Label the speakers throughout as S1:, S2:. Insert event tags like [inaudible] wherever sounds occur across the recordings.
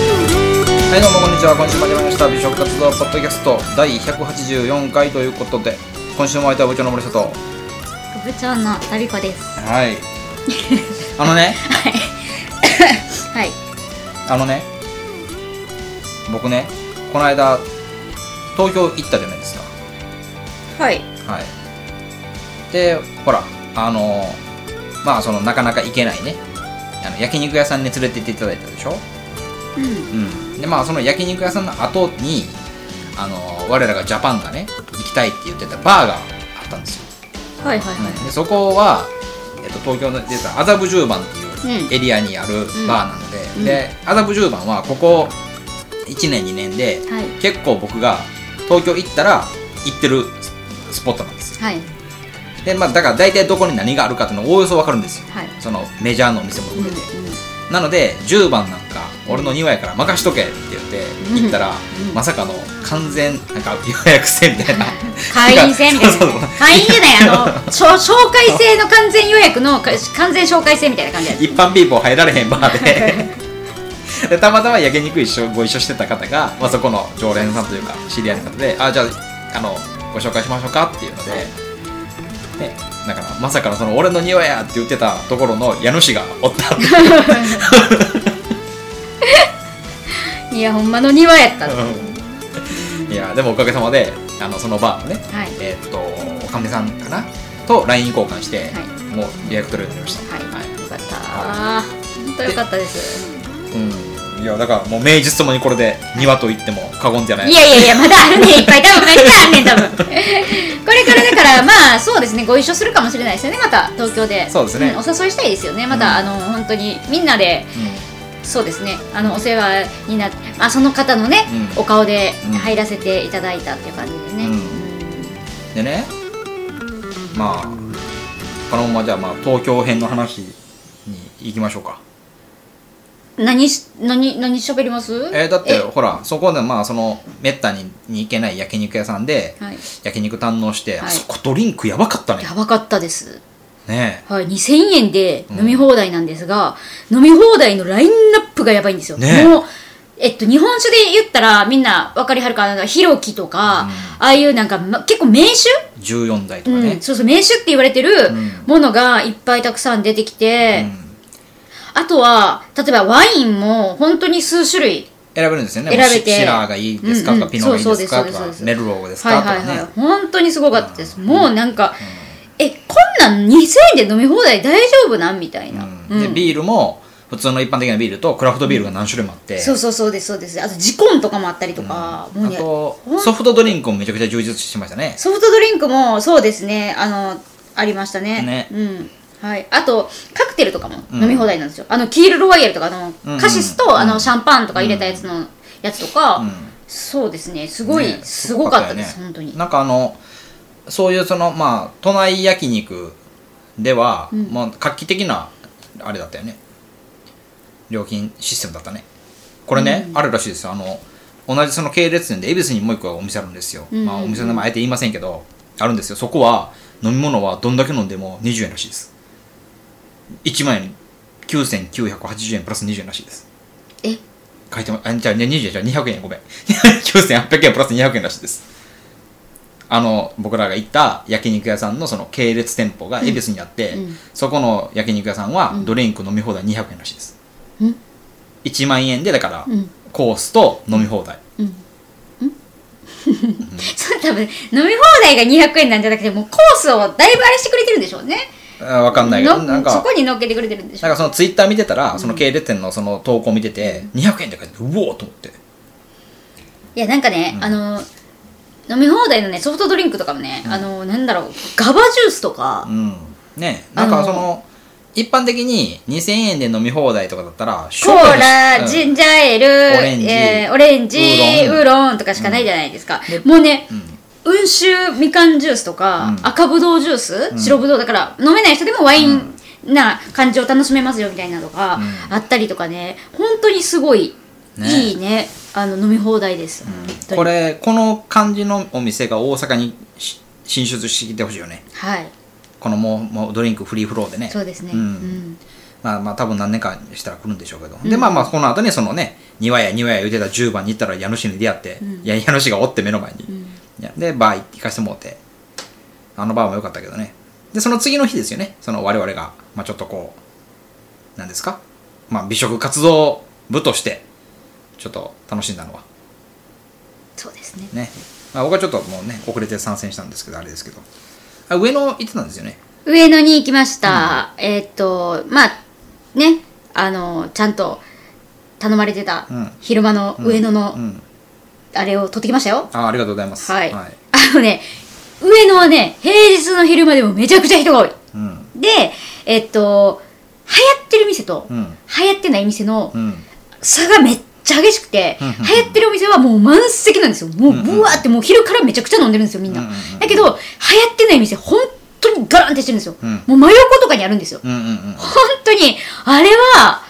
S1: はいどうもこんにちは今週も始まりました美食活動ポッドキャスト第184回ということで今週もお相手は部長の森里は
S2: 部長のラビコです。
S1: いあのね
S2: はい。
S1: あのね僕ねこの間東京行ったじゃないですか
S2: はい。
S1: はいでほらあのまあそのなかなか行けないねあの焼肉屋さんに連れて行っていただいたでしょ
S2: うん。
S1: うん、でまあその焼肉屋さんの後にあの我らがジャパンがね行きたいって言ってたバーがあったんですよ、
S2: はいはいはい。
S1: でそこは、えっと、東京の出た麻布十番っていううエリアにあるバーなので、
S2: うん
S1: で麻布十番はここ1年2年で
S2: はい。
S1: 結構僕が東京行ったら行ってるスポットなんですよ
S2: はい。
S1: でまあだから大体どこに何があるかっていうのをおおよそ分かるんですよ
S2: はい。
S1: そのメジャーのお店も
S2: うん
S1: 含
S2: う
S1: め
S2: ん
S1: て、なので10番なんか俺の庭やから任しとけって言って行ったら、
S2: うん
S1: まさかの完全なんか予約制みたいな
S2: 会員制みたい
S1: そ
S2: な
S1: うそうそう
S2: ね。会員じゃない、あの、しょ紹介制の完全予約の、か完全紹介制みたいな感じです。
S1: 一般ピーポー入られへんバーででたまたま焼肉一緒ご一緒してた方が、まあ、そこの常連さんというか知り合いの方で「あじゃああのご紹介しましょうか」っていうので、ね、だからまさかのその俺の庭やって言ってたところの家主がおったっ
S2: [laughs]
S1: ていう
S2: いや、ほんまの庭やったっていう。
S1: いやでもおかげさまであのそのバーのね
S2: はい。はい。
S1: えーっとおかみさんかなと LINE 交換して、もう予約取れるようになりました、
S2: はい。よかった。あーほんとよかったです。
S1: うん、いやだからもう名実ともにこれで庭と言っても過言じゃない
S2: いやいやいや、まだあるね、いっぱい。多分、いっぱいあるねん、多分。 [laughs] これからだから、まあ、そうですね、ご一緒するかもしれないですよね、また、東京で。
S1: そうですね
S2: んお誘いしたいですよね、また、
S1: うん
S2: あの、本当に、みんなで、そうですね、あの、お世話になって、まあ、その方のね、
S1: うん
S2: お顔で
S1: うん
S2: 入らせていただいたっていう感じでね。
S1: うんうん、でねまあこのままじゃあまあ東京編の話に行きましょうか
S2: うん何し、何、何喋ります
S1: えーだってほらそこでまあそのめったにに行けない焼肉屋さんで
S2: はい。
S1: 焼肉堪能して、
S2: はい
S1: あそこドリンクやばかったね
S2: やばかったです。
S1: ね
S2: はい、2000円で飲み放題なんですが、飲み放題のラインナップがやばいんですよ。
S1: ねえ
S2: もうえっと、日本酒で言ったらみんな分かりはるかなひろきとか、ああいうなんか、ま、結構名酒、
S1: 14台と
S2: う
S1: か
S2: ん
S1: ね、
S2: そうそう名酒って言われてる
S1: ん
S2: ものがいっぱいたくさん出てき
S1: う
S2: て、
S1: ん
S2: あとは例えばワインも本当に数種類
S1: 選べるんですよね
S2: 選べて
S1: シシラーがいいですか
S2: う
S1: とか、
S2: んうん
S1: ピノがいいですか
S2: そうそうで
S1: と
S2: すそう
S1: か
S2: です
S1: メルローです
S2: はい
S1: かと
S2: はい
S1: か
S2: はい、
S1: ね
S2: 本当にすごかったです、もうなんか、えこんなん2000円で飲み放題大丈夫なんみたいな、
S1: うんでビールも普通の一般的なビールとクラフトビールが何種類もあって、
S2: そうそうそうですそうですあと時コンとかもあったりとか、もう
S1: あ
S2: ね
S1: と
S2: ほん
S1: ソフトドリンクもめちゃくちゃ充実してましたね
S2: ソフトドリンクもそうですねあのありましたね
S1: ね
S2: うんはい、あとカクテルとかも
S1: ん
S2: 飲み放題なんですよ、あのキールロワイヤルとかあの、
S1: うんうん
S2: カシスとあのシャンパンとか入れたやつのやつとか、
S1: うん
S2: そうですねすごい、
S1: ね
S2: すごかったです、
S1: よ
S2: 本当に
S1: なんかあのそういうそのまあ都内焼肉では、
S2: うん
S1: もう画期的なあれだったよね料金システムだったねこれね、あるらしいですよあの同じその系列店で恵比寿にもう一個お店あるんですよ、
S2: んうんうん
S1: まあ、お店の名前あえて言いませんけどあるんですよそこは飲み物はどんだけ飲んでも20円らしいです1万円9980円プラス20円らしいです
S2: え
S1: 書いてもあじゃあね20円じゃあ200円ごめん [laughs] 9800円プラス200円らしいですあの僕らが行った焼肉屋さんのその系列店舗が恵比寿にあって、
S2: うん
S1: そこの焼肉屋さんはドリンク飲み放題200円らしいです、
S2: うん
S1: 1万円でだから、
S2: うん
S1: コースと飲み放題
S2: [laughs] そう多分飲み放題が200円なんじゃなくてもうコースをだいぶあれしてくれてるんでしょうね
S1: あ分かんないけど
S2: の
S1: なんか
S2: そこに乗っけてくれてるんでしょ
S1: なんかそのツイッター見てたら、その系列店のその投稿見てて、200円って書いててうおーと思って
S2: いやなんかね、あの飲み放題のねソフトドリンクとかもね、あのなんだろうガバジュースとか、
S1: うんねなん
S2: あ
S1: か
S2: の
S1: その一般的に2000円で飲み放題とかだったら
S2: コーラ、
S1: うん
S2: ジンジャーエール、
S1: オレンジ
S2: えーオレンジ
S1: ウーロン
S2: ウーロンとかしかないじゃないですか、もうね、温州みかんジュースとか、
S1: うん
S2: 赤ぶどうジュース、白ぶどうだから飲めない人でもワインな感じを楽しめますよみたいなのがあったりとかね本当にすごい、
S1: ね
S2: いいねあの飲み放題です、本当に
S1: これこの感じのお店が大阪にし進出してきてほしいよね
S2: はい
S1: このもうもうドリンクフリーフローでね
S2: そうですね、
S1: うん
S2: うん
S1: まあまあ多分何年かしたら来るんでしょうけど、でまあまあこの後にそのね庭や庭や言うてた10番に行ったら家主に出会って、いや家主がおって目の前に、いやでバー行かせてもうてあのバーも良かったけどねでその次の日ですよねその我々が、まあ、ちょっとこうなんですか、まあ、美食活動部としてちょっと楽しんだのは
S2: そうですね
S1: ね、まあ、僕はちょっともうね遅れて参戦したんですけどあれですけどあ上野行ってたんですよね
S2: 上野に行きました、えーっとまあねあのちゃんと頼まれてた
S1: うん
S2: 昼間の上野の
S1: うん
S2: あれを取ってきましたよ、 [laughs]
S1: あありがとうございます
S2: はい、
S1: はい
S2: あのね上野はね平日の昼間でもめちゃくちゃ人が多い
S1: うん
S2: でえーっと流行ってる店と
S1: う
S2: 流
S1: ん
S2: 行ってない店の
S1: うん
S2: 差がめっちゃ激しくて、
S1: うんうんうん
S2: 流行ってるお店はもう満席なんですよ。もう、ぶわーって、もう昼からめちゃくちゃ飲んでるんですよ、みんな。
S1: うんうんうん
S2: だけど、流行ってない店、本当にガランってしてるんですよ。
S1: うん
S2: もう真横とかにあるんですよ。
S1: うんうんうん
S2: 本当に、あれは、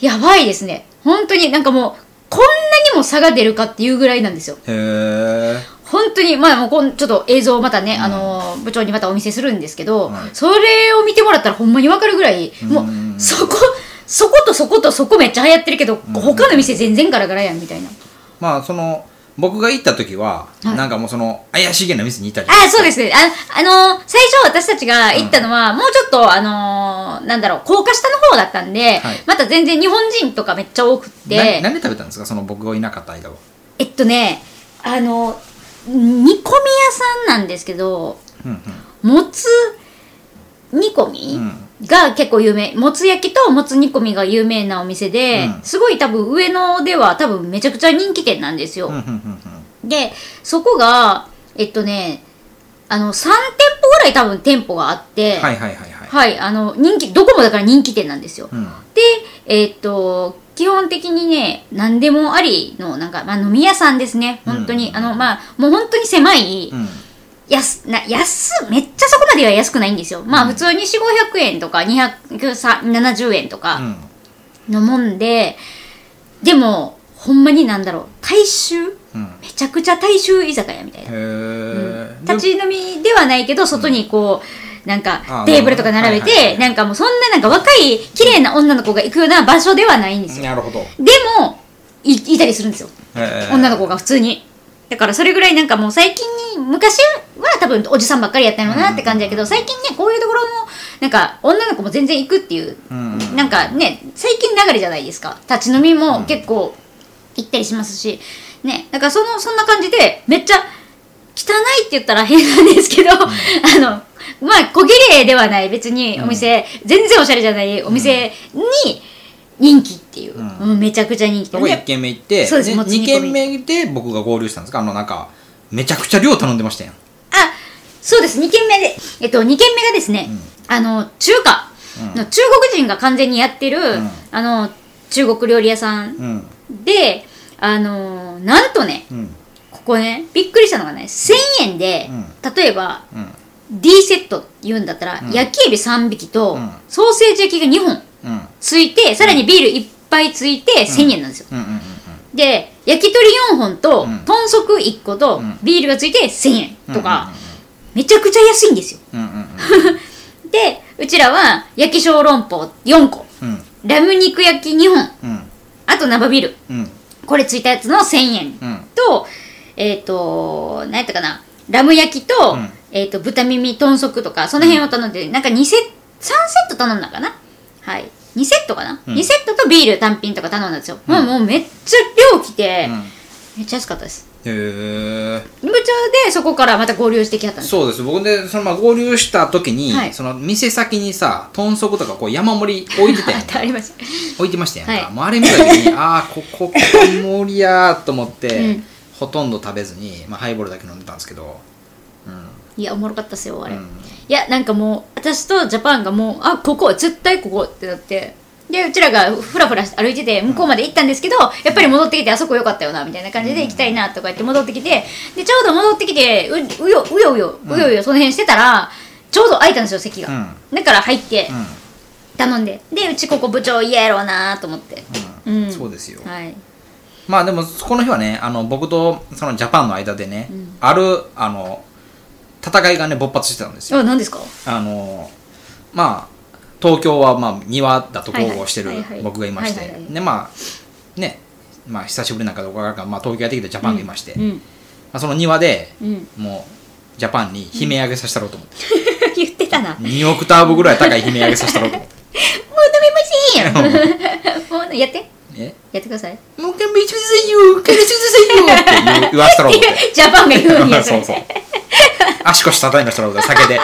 S2: やばいですね。本当になんかもう、こんなにも差が出るかっていうぐらいなんですよ。
S1: へえ
S2: 本当に、まあもうこん、ちょっと映像をまたね、あのー、部長にまたお見せするんですけど、
S1: はい
S2: それを見てもらったらほんまにわかるぐらい、
S1: う
S2: も
S1: ん
S2: う、そこ、そことそことそこめっちゃ流行ってるけど、他の店全然ガラガラやんみたいな。
S1: まあその僕が行った時は、
S2: はい
S1: なんかもうその怪しげな店に行ったじゃない
S2: あ、そうですね。あ、あのー最初私たちが行ったのは、もうちょっと、あのーなんだろう、高架下の方だったんで、
S1: はい
S2: また全然日本人とかめっちゃ多くって、
S1: な何で食べたんですかその僕がいなかった間は
S2: えっとね、あの、煮込み屋さんなんですけど、
S1: うんうん
S2: もつ煮込み、が結構有名。もつ焼きともつ煮込みが有名なお店で、
S1: うん
S2: すごい多分上野では多分めちゃくちゃ人気店なんですよ。
S1: うんうんうん
S2: で、そこが、えっとね、あの、3店舗ぐらい多分店舗があって、
S1: うんはいはいはいはい
S2: はい、あの、人気、どこもだから人気店なんですよ。
S1: うん
S2: で、えーっと、基本的にね、何でもありの、なんか、まあ、飲み屋さんですね。本当に。
S1: うん
S2: あの、まあ、もう本当に狭い、
S1: うん
S2: 安、な、安、めっちゃそこまでは安くないんですよ。まあ、普通に4、500円とか、270円と
S1: う
S2: か
S1: ん
S2: のもんで、でも、ほんまになんだろう、大衆
S1: うん
S2: めちゃくちゃ大衆居酒屋みたいな。
S1: へえ
S2: 立ち飲みではないけど外にこうなん
S1: あ
S2: か
S1: ー
S2: テーブルとか並べ
S1: はいはいはい
S2: てなんかもうそんななんか若い綺麗な女の子が行くような場所ではないんですよ
S1: なるほど
S2: でもいいたりするんですよ女の子が普通にだからそれぐらいなんかもう最近に昔は多分おじさんばっかりやったのなって感じだけど最近ねこういうところもなんか女の子も全然行くっていう
S1: うんうん
S2: なんかね最近流れじゃないですか立ち飲みも結構行ったりしますしねだからそのそんな感じでめっちゃ汚いって言ったら変なんですけど、あのまあ小綺麗ではない別にお店、全然おしゃれじゃないお店に人気っていう、
S1: うん
S2: うんめちゃくちゃ人気
S1: そこ
S2: で
S1: 1軒目行って
S2: そうですもつ煮込
S1: 2軒
S2: み
S1: 目で僕が合流したんですかあのなんかめちゃくちゃ量頼んでましたやん
S2: あ、そうです。2軒目で、えっと、2軒目がですね、あの、中華の中国人が完全にやってる、
S1: ん
S2: あの、中国料理屋さん
S1: うん
S2: で、あの、なんとね、
S1: うん
S2: ここね、びっくりしたのがね、1000円で、例えば、
S1: うん
S2: D セットって言うんだったら、焼きエビ3匹と、
S1: うん
S2: ソーセージ焼きが2本
S1: うん
S2: ついて、さらにビール1杯ついて、1000円なんですよ。
S1: うんうん
S2: で、焼き鳥4本と、
S1: ん
S2: 豚足1個と、
S1: ん
S2: ビールがついて1000円とか、
S1: うんうんうん
S2: めちゃくちゃ安いんですよ。
S1: うんうん
S2: でうちらは焼き小籠包4個
S1: うん
S2: ラム肉焼き2本
S1: うん
S2: あと生ビール
S1: うん
S2: これついたやつの1000円
S1: うん
S2: とえっ、と何やったかなラム焼きと,、
S1: うん
S2: えっと豚耳豚足とかその辺を頼んでなんか2セット3セット頼んだかなはい2セットかな、
S1: うん
S2: 2セットとビール単品とか頼んだんですよ、もうもうめっちゃ量きて、
S1: うん
S2: めっちゃ安かったです
S1: へえ
S2: 部長でそこからまた合流してきはったんです
S1: そうです僕でそのまあ合流した時に、
S2: はい
S1: その店先にさ豚足とかこう山盛り置いてたやん
S2: [laughs] あ
S1: か
S2: りました
S1: 置いてましたやんか、
S2: はい
S1: もうあれ見た時に [laughs] ああここここ盛りやーと思って、
S2: うん
S1: ほとんど食べずに、まあ、ハイボールだけ飲んでたんですけどうん
S2: いやおもろかったっすよあれ、
S1: うん
S2: いやなんかもう私とジャパンがもうあここ絶対ここってなってでうちらがふらふら歩いてて向こうまで行ったんですけどやっぱり戻ってきてあそこ良かったよなみたいな感じで行きたいなとか言って戻ってきてでちょうど戻ってきてううようようようようよその辺してたらちょうど空いたんですよ席が、だから入って
S1: うん
S2: 頼んででうちここ部長嫌やろうなと思って
S1: うん
S2: うん
S1: そうですよ
S2: はい
S1: まあでもこの日はねあの僕とそのジャパンの間でね、あるあの戦いがね勃発してたんですよ
S2: あ何ですか
S1: あのまあ東京はまあ庭だと豪語してる
S2: はいはいはいはい
S1: 僕がいまし
S2: はい
S1: て
S2: はいはい
S1: でまあねまあ、久しぶりなんかどうかわからんから、まあ、東京やってきてジャパンがいまして、
S2: う
S1: ま
S2: ん [laughs]
S1: あ、その庭で
S2: うん
S1: もうジャパンに悲鳴上げさせたろうと思って、
S2: 言って
S1: [laughs]
S2: たなもう飲
S1: 2オクターブぐらい高い悲鳴上げさせたろうと思
S2: [laughs]
S1: って
S2: みませんよ [laughs] もうやって
S1: え
S2: やってください
S1: もう一回見てくださいよ一回見てくださいよって言う言わせたろうと思って
S2: [laughs] ジャパンが言うん
S1: [laughs]
S2: や
S1: そうそう
S2: れ
S1: 足腰叩いましたろうと酒で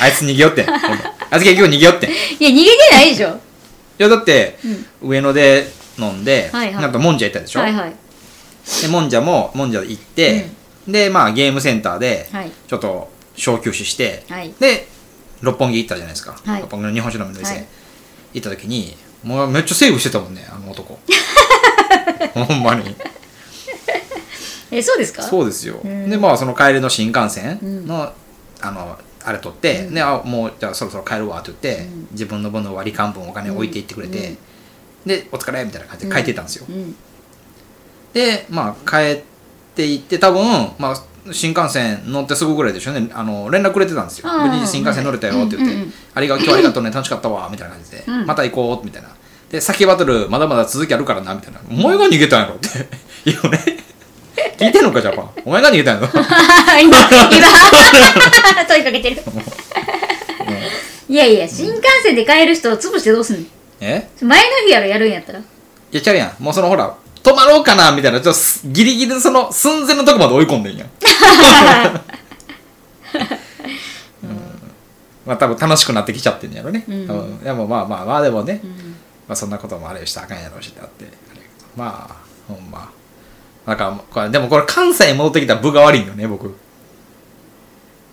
S1: あいつ逃げよってんほんであいつ結局逃げよってん
S2: いや逃げてないでしょ
S1: いやだって、上野で飲んで、
S2: はいはい
S1: なんかもんじゃ行ったでしょ、
S2: はいはい
S1: でもんじゃももんじゃ行って、でまあゲームセンターで
S2: はい
S1: ちょっと小休止して、
S2: はい
S1: で六本木行ったじゃないですか、
S2: はい
S1: 六本木の日本酒飲みの店、
S2: はい
S1: 行った時にもうめっちゃセーブしてたもんねあの
S2: [laughs]
S1: 男ほんまに
S2: えそうですか
S1: そうですよ、
S2: うん
S1: でまあその帰りの新幹線
S2: うん
S1: の、あのあれ取って、であもうじゃあそろそろ帰るわって言って、
S2: うん
S1: 自分の分の割り勘分お金置いていってくれて、
S2: うん
S1: でお疲れみたいな感じで帰っていったんですよ、
S2: うん [laughs]
S1: でまあ帰っていって多分まあ新幹線乗ってすぐぐらいでしょうねあの連絡くれてたんですよ
S2: あ
S1: 無
S2: ー
S1: 事に新幹線乗れたよって言っ
S2: はいうんうんう
S1: て
S2: ん
S1: 「ありが今日ありがとうね楽しかったわ」みたいな感じで
S2: うん
S1: また行こう」みたいな「で先バトルまだまだ続きあるからな」みたいな「お前が逃げたんやろ」って言うね聞いてんのかジャパンお前が逃げたんやろ
S2: 今今問いかけてるいやいや新幹線で帰る人を潰してどうすんの
S1: え
S2: 前の日やろやるんやったら
S1: いやちゃうやんもうそのほら止まろうかなみたいなちょっとすギリギリその寸前のとこまで追い込んで
S2: [laughs]
S1: んやん、うんまあ多分楽しくなってきちゃってんやろね、
S2: うん
S1: 多分でもまあまあまあでもね、
S2: うん
S1: まあ、そんなこともあれしたらあかんやろうしってあってあれやけどまあほんまなんかこれでもこれ関西に戻ってきた部が悪いよね僕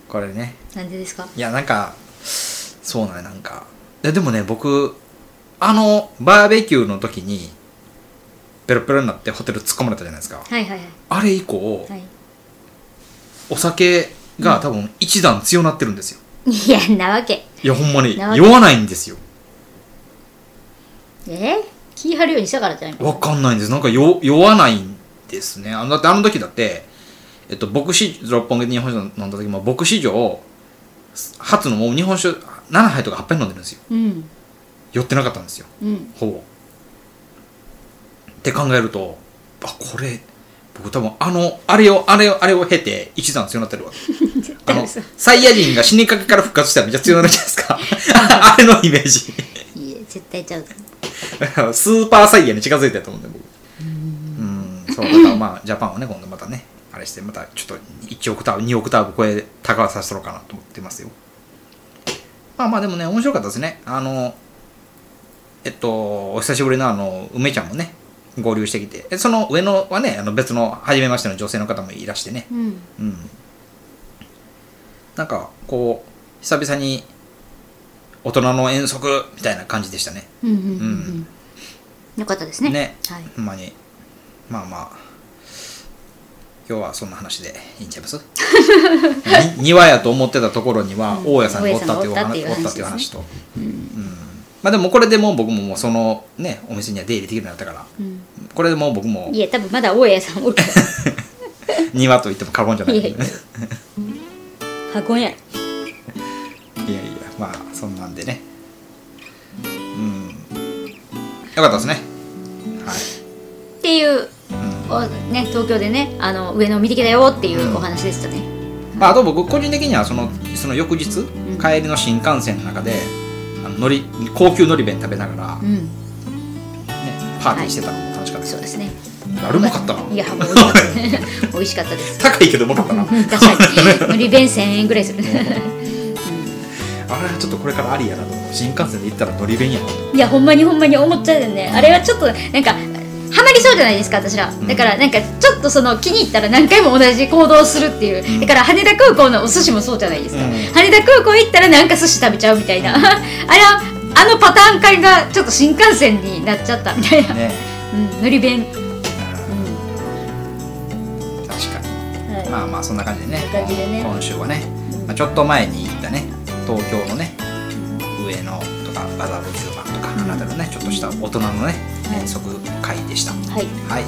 S1: これね
S2: なんでですか
S1: いやなんかそうなんやなんかいやでもね僕あのバーベキューの時にペロペロになってホテル突っ込まれたじゃないですか
S2: はいはいはい
S1: あれ以降、
S2: はい
S1: お酒が多分一段強なってるんですよ
S2: いやんなわけ
S1: いやほんまに
S2: なわけ
S1: 酔わないんですよ
S2: え気張るようにしたからじゃないの
S1: わかんないんですなんか酔酔わないんですねあのだってあの時だってえっと牧師六本木で日本酒飲んだ時も牧師上初のもう日本酒7杯とか8杯飲んでるんですよ
S2: うん
S1: 酔ってなかったんですよ [laughs]
S2: うん
S1: ほぼって考えるとあこれ僕多分あのあれをあれをあれを経て一段強くなってるわけ
S2: 絶
S1: あ
S2: 対 [laughs]
S1: の
S2: 嘘
S1: サイヤ人が死にかけから復活したらめっちゃ強くなるじゃないですか [laughs] あれのイメージ
S2: いや絶対ちゃう
S1: だから [laughs] スーパーサイヤに近づいてると思うんだよ僕うんそうだからまあジャパンをね今度またねあれしてまたちょっと1オクターブ2オクターブ超え高させとろうかなと思ってますよまあまあでもね面白かったですねあのえっとお久しぶりのあの梅ちゃんもね合流してきてえその上のはねあの別の初めましての女性の方もいらしてね
S2: うん
S1: うんなんかこう久々に大人の遠足みたいな感じでしたね
S2: うんうんうんう
S1: うん
S2: んよかったですね
S1: ね
S2: はい
S1: ほんまにまあまあ今日はそんな話でいいんちゃいます
S2: [laughs]
S1: に庭やと思ってたところには
S2: うん
S1: 大家さんがおったっていうお
S2: 大家さ
S1: 話
S2: んが
S1: お
S2: お
S1: っ
S2: ったた
S1: っ
S2: ってて
S1: い
S2: いうう
S1: 話
S2: 話
S1: と、うんまあでもこれでもう僕ももうそのねお店には出入りできるようになったから
S2: うん
S1: これでもう僕も
S2: いや多分まだ大家さんおるか
S1: 庭と言っても過言 [laughs] じゃない
S2: いやいやら箱や
S1: いやいやまあそんなんでねうんよかったですねはい
S2: っていう、おね、東京でねあの上野見てきたよっていうお話でしたね、
S1: まあ、あと僕個人的にはそのその翌日、
S2: ん
S1: 帰りの新幹線の中であののり高級のり弁食べながら、
S2: う
S1: ね、
S2: ん
S1: パーティーしてたのも楽しかったです
S2: そう
S1: よ
S2: で
S1: ね
S2: すね
S1: あれうまかったない
S2: やもう美味しかった [laughs] ね美味しかった
S1: [laughs]
S2: です
S1: 高いけどうまかったな、
S2: うん確かに無理弁1000円ぐら
S1: [laughs]
S2: いする
S1: あれはちょっとこれからありやなと思う新幹線で行ったらのり弁やない
S2: やほんまにほんまに思っちゃうよねあれはちょっとなんかハマりそうじゃないですか私らだからなんかちょっとその気に入ったら何回も同じ行動をするっていうだから羽田空港のお寿司もそうじゃないですか、
S1: うん
S2: 羽田空港行ったらなんか寿司食べちゃうみたいなあれはあのパターン感がちょっと新幹線になっちゃったみたいな、
S1: ね
S2: うん、のり弁
S1: 確かに
S2: はい
S1: まあまあそんな感じでね
S2: そんな感じでね
S1: 今週はね、まあ、ちょっと前に行ったね東京のね上野とかバザード十番とかあなたのねちょっとした大人のね
S2: はい
S1: 遠足会でした
S2: はい
S1: はい。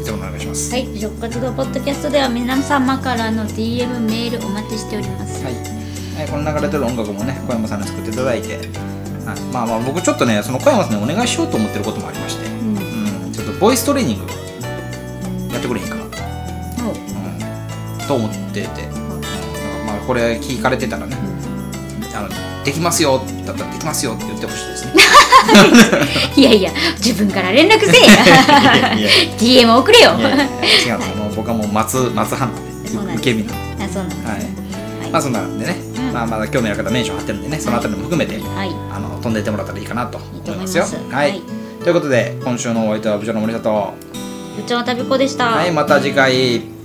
S1: いつもお願いします。
S2: はい、食活動ポッドキャストでは皆様からの DM メールお待ちしております。
S1: はい。はい、この流れてる音楽もね、小山さんに作っていただいて。はい、まあまあ、僕ちょっとね、その小山さんにお願いしようと思ってることもありまして。
S2: うん
S1: うん、ちょっとボイストレーニングやってくれへんかな、う、
S2: もうん
S1: と思ってて、まあ、これ聞かれてたらねあのできますよだったらできますよって言ってほしいですね
S2: いやいや自分から連絡せ [laughs] えや
S1: いや
S2: DM 送れよ
S1: いやい [laughs] や違うんですもう僕はもう松松半
S2: そうなん
S1: で受
S2: です
S1: け身なんで
S2: [laughs] あそうなんだ
S1: はい
S2: はい
S1: まあそんなんでね、
S2: ん
S1: まあまだ今日のやり方メンション貼ってるんでねそのあたりも含めて、
S2: はい
S1: あの飛んでいってもらったらいいかなと
S2: いい
S1: 思
S2: と
S1: い
S2: 思い
S1: ま
S2: ますす
S1: よ。はい、
S2: はい
S1: ということで今週のお相手は部長の森里
S2: 部長は旅子でした
S1: はいまた次回